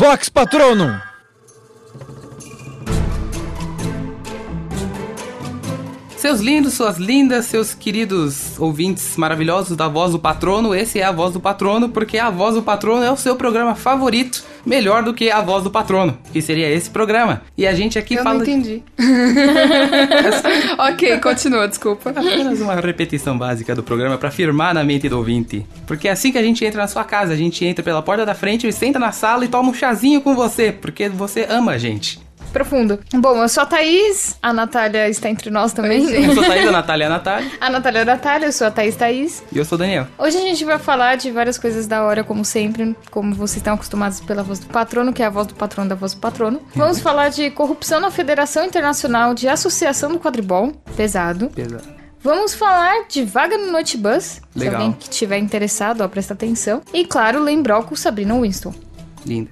Vox Patronum! Seus lindos, suas lindas, seus queridos ouvintes maravilhosos da Voz do Patrono, esse é a Voz do Patrono, porque a Voz do Patrono é o seu programa favorito, melhor do que a Voz do Patrono, que seria esse programa. E a gente aqui Eu fala. não entendi. ok, continua, desculpa. Apenas uma repetição básica do programa pra firmar na mente do ouvinte. Porque é assim que a gente entra na sua casa, a gente entra pela porta da frente, senta na sala e toma um chazinho com você, porque você ama a gente. Profundo. Bom, eu sou a Thaís, a Natália está entre nós também. Eu sou Thaís, a Natália é a Natália, A Natália é a Natália, eu sou a Thaís Thaís. e eu sou o Daniel. Hoje a gente vai falar de várias coisas da hora, como sempre, como vocês estão acostumados pela voz do patrono, que é a voz do patrono da voz do patrono. Vamos falar de corrupção na Federação Internacional de Associação do Quadribol, pesado. Pesado. Vamos falar de vaga no Notibus, se Legal. alguém que tiver interessado, ó, presta atenção. E claro, lembrou com Sabrina Winston. Linda.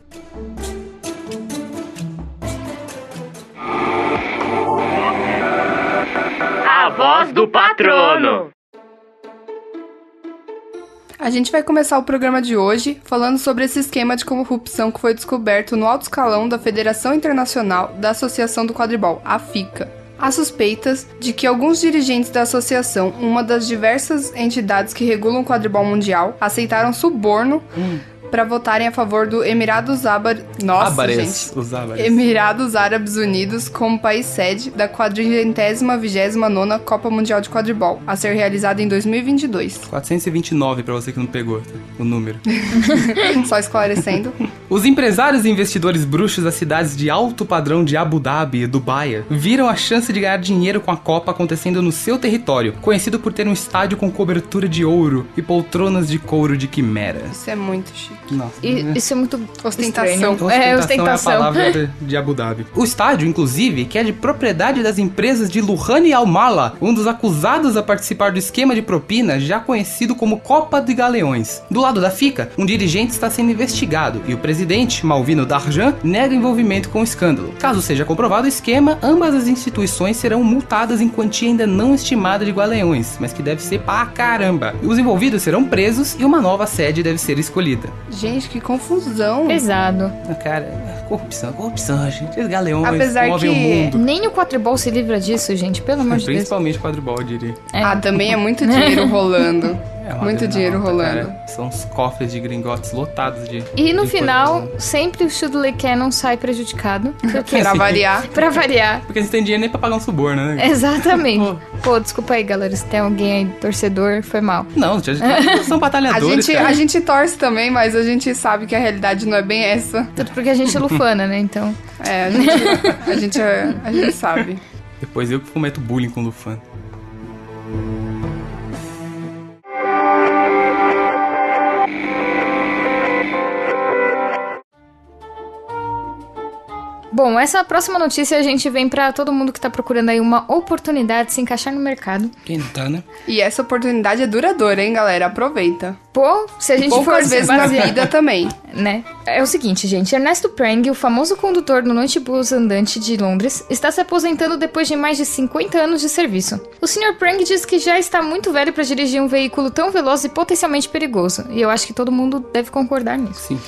A voz do patrono. A gente vai começar o programa de hoje falando sobre esse esquema de corrupção que foi descoberto no alto escalão da Federação Internacional da Associação do Quadribol, a FICA. Há suspeitas de que alguns dirigentes da associação, uma das diversas entidades que regulam o quadribol mundial, aceitaram suborno para votarem a favor do Emirados Árabes. Nossa, Ábares, gente. os É ábares. Emirados Árabes Unidos como país sede da 429 Copa Mundial de Quadribol, a ser realizada em 2022. 429 pra você que não pegou tá? o número. Só esclarecendo. Os empresários e investidores bruxos das cidades de alto padrão de Abu Dhabi e Dubai viram a chance de ganhar dinheiro com a Copa acontecendo no seu território, conhecido por ter um estádio com cobertura de ouro e poltronas de couro de quimera. Isso é muito chique. Nossa. E né? isso é muito Ostentação. estranho. É, É a ostentação. palavra de- de Abu Dhabi. O estádio, inclusive, que é de propriedade das empresas de Luhani Almala, um dos acusados a participar do esquema de propina, já conhecido como Copa de Galeões. Do lado da FICA, um dirigente está sendo investigado e o presidente, Malvino Darjan, nega envolvimento com o escândalo. Caso seja comprovado o esquema, ambas as instituições serão multadas em quantia ainda não estimada de galeões, mas que deve ser pra caramba. Os envolvidos serão presos e uma nova sede deve ser escolhida. Gente, que confusão. Pesado. Ah, Cara, corrupção, corrupção, gente. Os galeões Apesar movem que- o mundo. Nem o quadribol se livra disso, gente, pelo amor de Deus. Principalmente o quadribol, eu diria. É. Ah, também é muito dinheiro rolando. É uma muito grana dinheiro alta, rolando. cara. São os cofres de gringotes lotados de. E no de final, coisa. sempre o Shudley Cannon sai prejudicado. Porque, é Pra variar. pra variar. Porque eles têm dinheiro nem pra pagar um suborno, né? É. Exatamente. Pô, desculpa aí, galera, se tem alguém aí torcedor, foi mal. Não, já- já- são A batalhadores. gente, cara. a gente torce também, mas a gente sabe que a realidade não é bem essa. Tudo porque a gente é lufana, né? Então. É, a gente, a gente, é- a gente sabe. Depois eu que cometo bullying com o Lufan. Bom, essa próxima notícia a gente vem pra todo mundo que tá procurando aí uma oportunidade de se encaixar no mercado. Quem não tá, né? E essa oportunidade é duradoura, hein, galera? Aproveita. Pô, se a gente for Poucas vezes na basear- vida também. né? É o seguinte, gente. Ernesto Prang, o famoso condutor do Noitebus andante de Londres, está se aposentando depois de mais de 50 anos de serviço. O Sr. Prang diz que já está muito velho para dirigir um veículo tão veloz e potencialmente perigoso. E eu acho que todo mundo deve concordar nisso. Sim.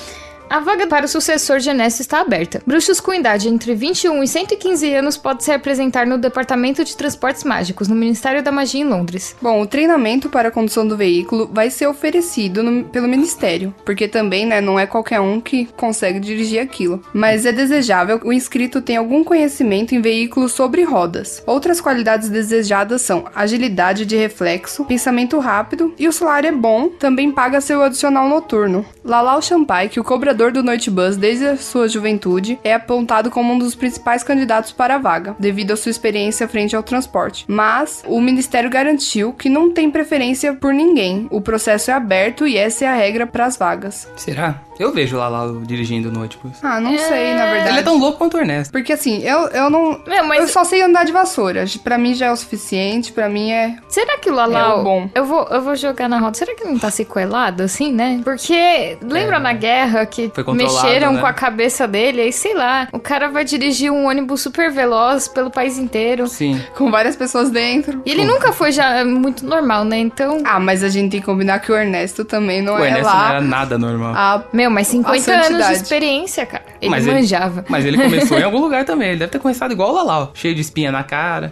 A vaga para o sucessor de Ernesto está aberta. Bruxos com idade entre 21 e 115 anos podem se apresentar no Departamento de Transportes Mágicos, no Ministério da Magia em Londres. Bom, o treinamento para a condução do veículo vai ser oferecido no- pelo Ministério, porque também, né, não é qualquer um que consegue dirigir aquilo. Mas é desejável que o inscrito tenha algum conhecimento em veículos sobre rodas. Outras qualidades desejadas são agilidade de reflexo, pensamento rápido e o salário é bom, também paga seu adicional noturno. Lalau Champai, que o cobrador vereador do Noite Bus desde a sua juventude, é apontado como um dos principais candidatos para a vaga, devido à sua experiência frente ao transporte. Mas o ministério garantiu que não tem preferência por ninguém. O processo é aberto e essa é a regra para as vagas. Será? Eu vejo o Lalau dirigindo no ônibus. Ah, não sei, na verdade. Ele é tão louco quanto o Ernesto. Porque assim, eu, eu não. Meu, mas- Eu só sei andar de vassoura. Pra mim já é o suficiente, pra mim é. Será que o Lalau. É o bom. Eu vou, eu vou jogar na roda. Será que não tá sequelado assim, né? Porque lembra na guerra que É. Foi controlado, mexeram né? com a cabeça dele, aí sei lá. O cara vai dirigir um ônibus super veloz pelo país inteiro. Sim. Com várias pessoas dentro. E ele nunca foi já muito normal, né? Então. Ah, mas a gente tem que combinar que o Ernesto também não o é Ernesto lá. Ah, não era nada normal. a- Meu, mas 50 anos de santidade. experiência, cara. Ele Mas ele- manjava. Mas ele começou em algum lugar também. Ele deve ter começado igual o Lalau, cheio de espinha na cara.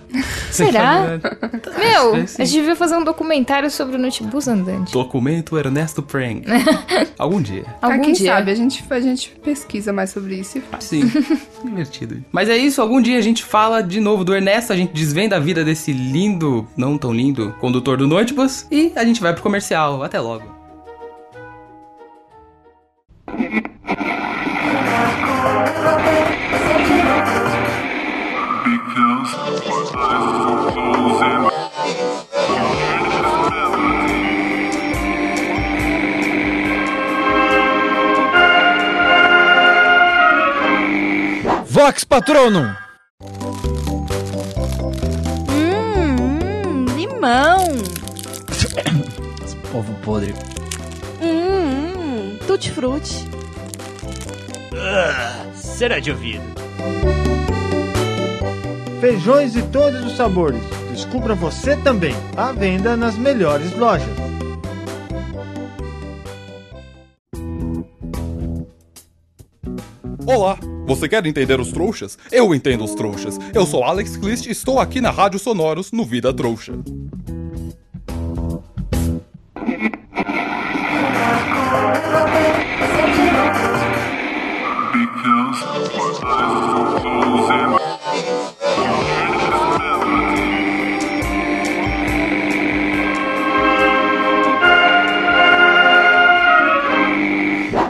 Será? Meu, né? Tá, Acho que é a sim. gente devia fazer um documentário sobre o notebus andante. Documento Ernesto Prank. Algum dia. Ah, Algum quem dia. sabe? A gente, a gente pesquisa mais sobre isso. e fala. Ah, Sim, divertido. Mas é isso, algum dia a gente fala de novo do Ernesto, a gente desvenda a vida desse lindo, não tão lindo, condutor do Noitibus e a gente vai pro comercial. Até logo. Vox Patronum! Hum, hum, limão. Esse povo podre. Hum, hum, tutti frutti. Será de ouvido. Feijões de todos os sabores. Descubra você também. À venda nas melhores lojas. Olá! Você quer entender os trouxas? Eu entendo os trouxas. Eu sou Alex Clist e estou aqui na Rádio Sonoros no Vida Trouxa.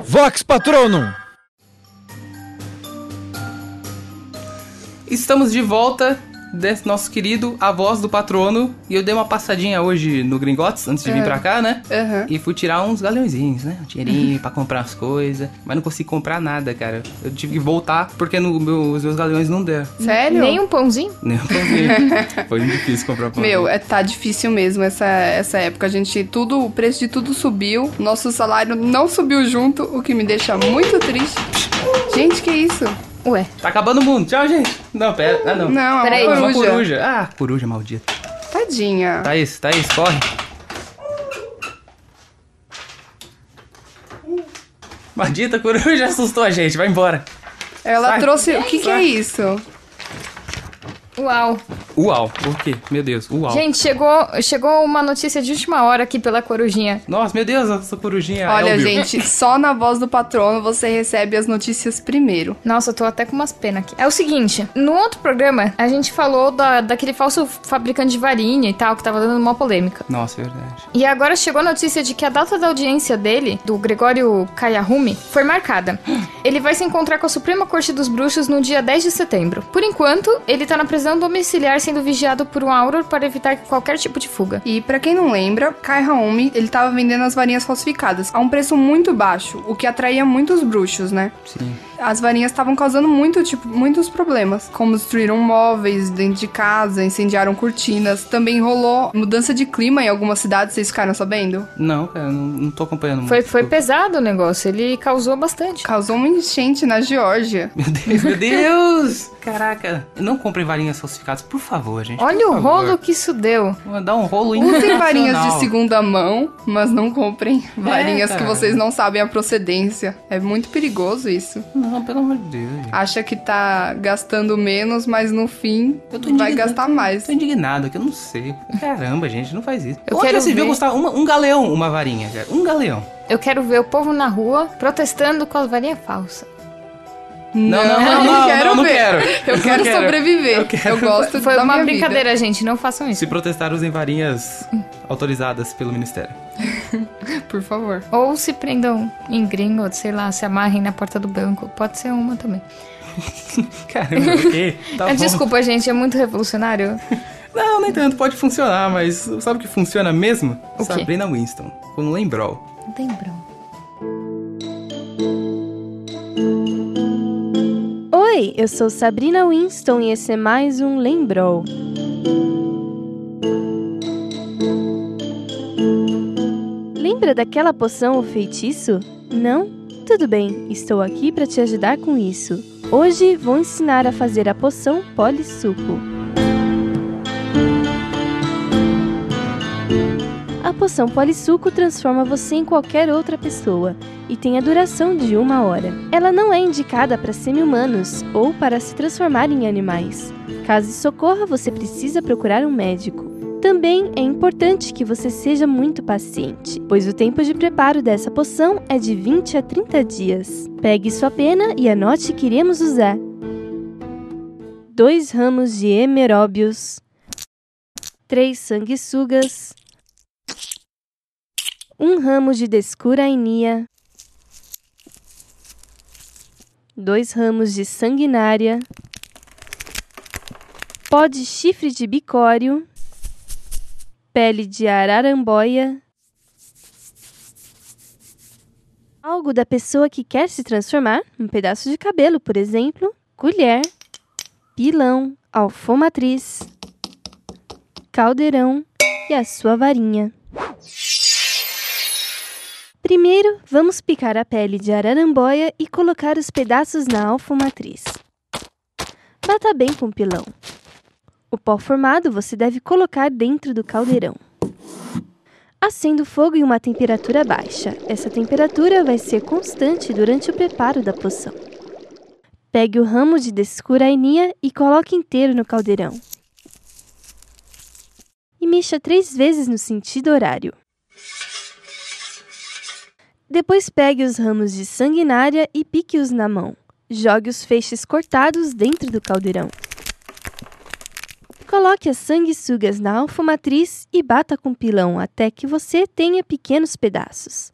Vox Patronum! Estamos de volta desse nosso querido A Voz do Patrono. E eu dei uma passadinha hoje no Gringotes, antes de vir pra cá, né? Aham. E fui tirar uns galeãozinhos, né? Um dinheirinho pra comprar as coisas. Mas não consegui comprar nada, cara. Eu tive que voltar porque no- meu- os meus galeões não deram. Sério? Nem um pãozinho? Nem um eu consegui. Foi muito difícil comprar pão. Meu, é, tá difícil mesmo essa, essa época. A gente, tudo, o preço de tudo subiu. Nosso salário não subiu junto, o que me deixa muito triste. Gente, que isso? Ué. Tá acabando o mundo. Tchau, gente. Não, pera. Ah, não. Não, é Peraí. uma Uma coruja. coruja. Ah, coruja maldita. Tá Tadinha. Thaís, Thaís, corre. Maldita coruja assustou a gente. Vai embora. Ela Sai. trouxe. O que, que é isso? Uau. Uau. Por quê? Meu Deus. Uau. Gente, chegou, chegou uma notícia de última hora aqui pela corujinha. Nossa, meu Deus. Essa corujinha. é Olha, horrível. gente, só na voz do patrono você recebe as notícias primeiro. Nossa, eu tô até com umas penas aqui. É o seguinte, no outro programa, a gente falou da, daquele falso fabricante de varinha e tal, que tava dando uma polêmica. Nossa, é verdade. E agora chegou a notícia de que a data da audiência dele, do Gregório Kayahumi, foi marcada. Ele vai se encontrar com a Suprema Corte dos Bruxos no dia 10 de setembro. Por enquanto, ele tá na prisão domiciliar sendo vigiado por um Auror para evitar qualquer tipo de fuga. E pra quem não lembra, Kai Haomi, ele tava vendendo as varinhas falsificadas a um preço muito baixo, o que atraía muitos bruxos, né? Sim. As varinhas estavam causando muito, tipo, muitos problemas, como destruíram móveis dentro de casa, incendiaram cortinas, também rolou mudança de clima em algumas cidades, vocês ficaram sabendo? Não, cara. Não, não tô acompanhando muito. Foi, foi pesado o negócio, ele causou bastante. Causou uma enchente na Geórgia. Meu Deus, meu Deus. Caraca. Não comprem varinhas falsificadas, por favor, gente. Olha o Por favor. rolo que isso deu. Dá um rolo Usem varinhas de internacional. É, segunda mão, mas não comprem varinhas que cara. vocês não sabem a procedência. É muito perigoso isso. Não, pelo amor de Deus. gente. Acha que tá gastando menos, mas no fim Eu tô vai indignado. gastar mais. Tô indignado que eu não sei. Caramba, gente, não faz isso. Eu Onde quero já se viu ver. gostar uma- um galeão, uma varinha, cara? Um galeão. Eu quero ver o povo na rua protestando com as varinhas falsas. Não, não, não, eu não, quero não, não ver. quero. Eu Não quero quero. sobreviver. Eu Eu, quero- gosto Foi da uma minha brincadeira, gente, não façam isso. Se protestar, usem varinhas autorizadas pelo Ministério. vida. Por favor. Ou se prendam em gringo, sei lá, se amarrem na porta do banco. Pode ser uma também. Caramba, ok. Tá Ah, bom. Desculpa, gente, é muito revolucionário. Não, nem tanto, pode funcionar, mas sabe o que funciona mesmo? O quê? Sabrina Winston, com Lembrol. Lembram. Oi, eu sou Sabrina Winston e esse é mais um Lembrou. Lembra daquela poção ou feitiço? Não? Tudo bem, estou aqui para te ajudar com isso. Hoje vou ensinar a fazer a poção polissuco. A poção polissuco transforma você em qualquer outra pessoa e tem a duração de uma hora. Ela não é indicada para semi-humanos ou para se transformar em animais. Caso isso ocorra, você precisa procurar um médico. Também é importante que você seja muito paciente, pois o tempo de preparo dessa poção é de 20 a 30 dias. Pegue sua pena e anote que iremos usar. Dois ramos de emeróbios, três sanguessugas, um ramo de descurainia, dois ramos de sanguinária, pó de chifre de bicório, pele de araramboia, algo da pessoa que quer se transformar, um pedaço de cabelo, por exemplo, colher, pilão, alfomatriz, caldeirão e a sua varinha. Primeiro, vamos picar a pele de araramboia e colocar os pedaços na alfomatriz. Bata bem com o pilão. O pó formado você deve colocar dentro do caldeirão. Acenda o fogo em uma temperatura baixa. Essa temperatura vai ser constante durante o preparo da poção. Pegue o ramo de descurainia e coloque inteiro no caldeirão. E mexa três vezes no sentido horário. Depois pegue os ramos de sanguinária e pique-os na mão. Jogue os feixes cortados dentro do caldeirão. Coloque as sanguessugas na alfomatriz e bata com pilão até que você tenha pequenos pedaços.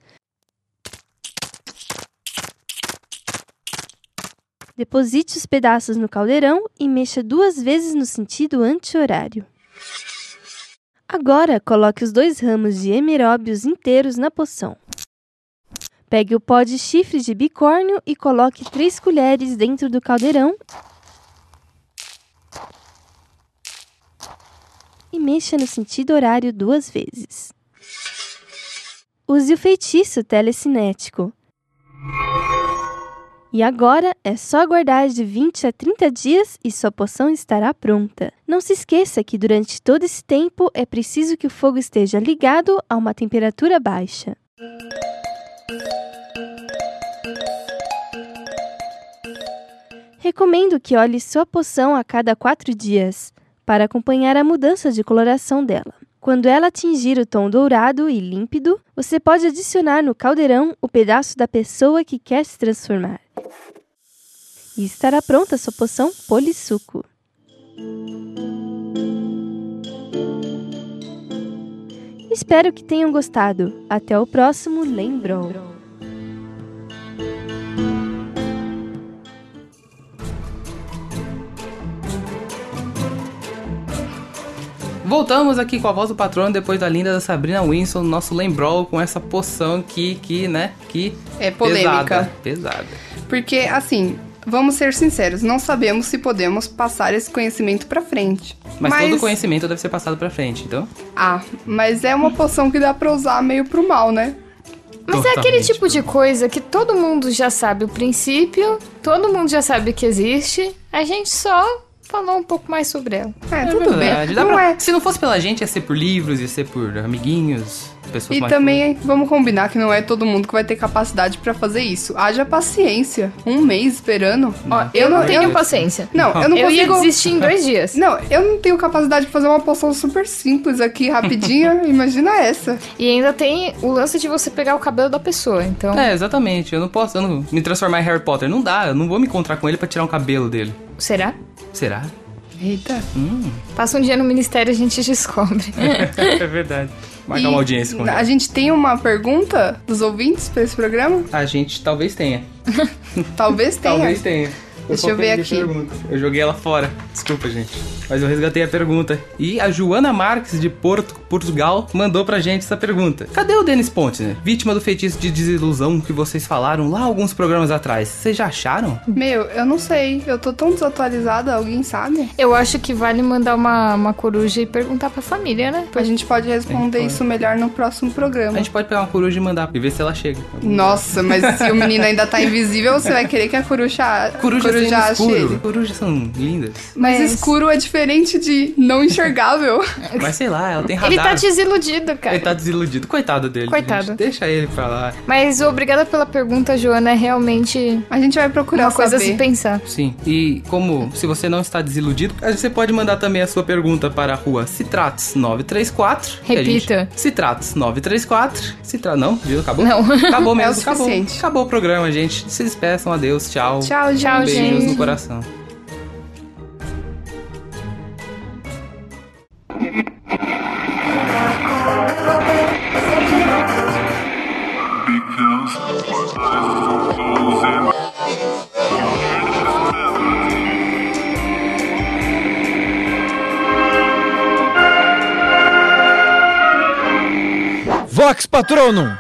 Deposite os pedaços no caldeirão e mexa duas vezes no sentido anti-horário. Agora, coloque os dois ramos de emeróbios inteiros na poção. Pegue o pó de chifre de bicórnio e coloque 3 colheres dentro do caldeirão. E mexa no sentido horário duas vezes. Use o feitiço telecinético. E agora é só aguardar de 20 a 30 dias e sua poção estará pronta. Não se esqueça que durante todo esse tempo é preciso que o fogo esteja ligado a uma temperatura baixa. Recomendo que olhe sua poção a cada quatro dias, para acompanhar a mudança de coloração dela. Quando ela atingir o tom dourado e límpido, você pode adicionar no caldeirão o pedaço da pessoa que quer se transformar. E estará pronta a sua poção polissuco. Espero que tenham gostado. Até o próximo Lembrou. Voltamos aqui com a voz do patrono depois da linda da Sabrina Winston, nosso lembrol com essa poção que, que né, que É polêmica. pesada, pesada. Porque, assim, vamos ser sinceros, não sabemos se podemos passar esse conhecimento pra frente. Mas, todo conhecimento deve ser passado pra frente, então. Ah, mas é uma poção que dá pra usar meio pro mal, né? Mas é aquele Totalmente, tipo de coisa que todo mundo já sabe o princípio, todo mundo já sabe que existe, a gente só falou um pouco mais sobre ela. É, tudo verdade, bem. dá Não pra- é. Se não fosse pela gente, ia ser por livros, ia ser por amiguinhos, pessoas E mais também vamos combinar que não é todo mundo que vai ter capacidade pra fazer isso. Haja paciência. Um mês esperando. Não. eu não Tenham eu, paciência. não, eu não eu ia consigo. desistir em dois dias. Não, eu não tenho capacidade de fazer uma poção super simples aqui, rapidinha. Imagina essa. E ainda tem o lance de você pegar o cabelo da pessoa, então É, exatamente. Eu não posso eu não- me transformar em Harry Potter. Não dá, eu não vou me encontrar com ele pra tirar um cabelo dele. será? Será? Eita. Passa um dia no ministério e a gente descobre. é verdade. Marcar E uma audiência com ele. A gente tem uma pergunta dos ouvintes pra esse programa? A gente talvez tenha. Talvez tenha. Talvez tenha. Deixa só eu ver perdi a aqui. pergunta. Eu joguei ela fora. Desculpa, gente. Mas eu resgatei a pergunta. E a Joana Marques, de Porto, Portugal, mandou pra gente essa pergunta. Cadê o Denis Pontner? Vítima do feitiço de desilusão que vocês falaram lá alguns programas atrás. Vocês já acharam? Meu, eu não sei. Eu tô tão desatualizada, alguém sabe? Eu acho que vale mandar uma, uma coruja e perguntar pra família, né? A gente pode responder pode. isso melhor no próximo A programa. gente pode pegar uma coruja e mandar e ver se ela chega. Nossa, mas se o menino ainda tá invisível, você vai querer que a coruja, Corujas coruja têm ache escuro. ele. Corujas são lindas. Mas Mas- escuro é diferente de não enxergável. Mas sei lá, ela tem radar. Ele tá desiludido, cara. Ele tá desiludido. Coitado dele. Coitado. gente. Deixa ele pra lá. Mas obrigada pela pergunta, Joana. É realmente A gente vai procurar uma coisa a se saber. pensar. Sim. E como se você não está desiludido, você pode mandar também a sua pergunta para a rua Citratos934. que a gente- Repita. Citratos934. Citra... Não, viu? Acabou? Não. Acabou mesmo. É o acabou. suficiente. Acabou o programa, gente. Se despeçam. Adeus. Tchau. Tchau, Tchau, gente. Beijos gente. no coração. Vox Patronum!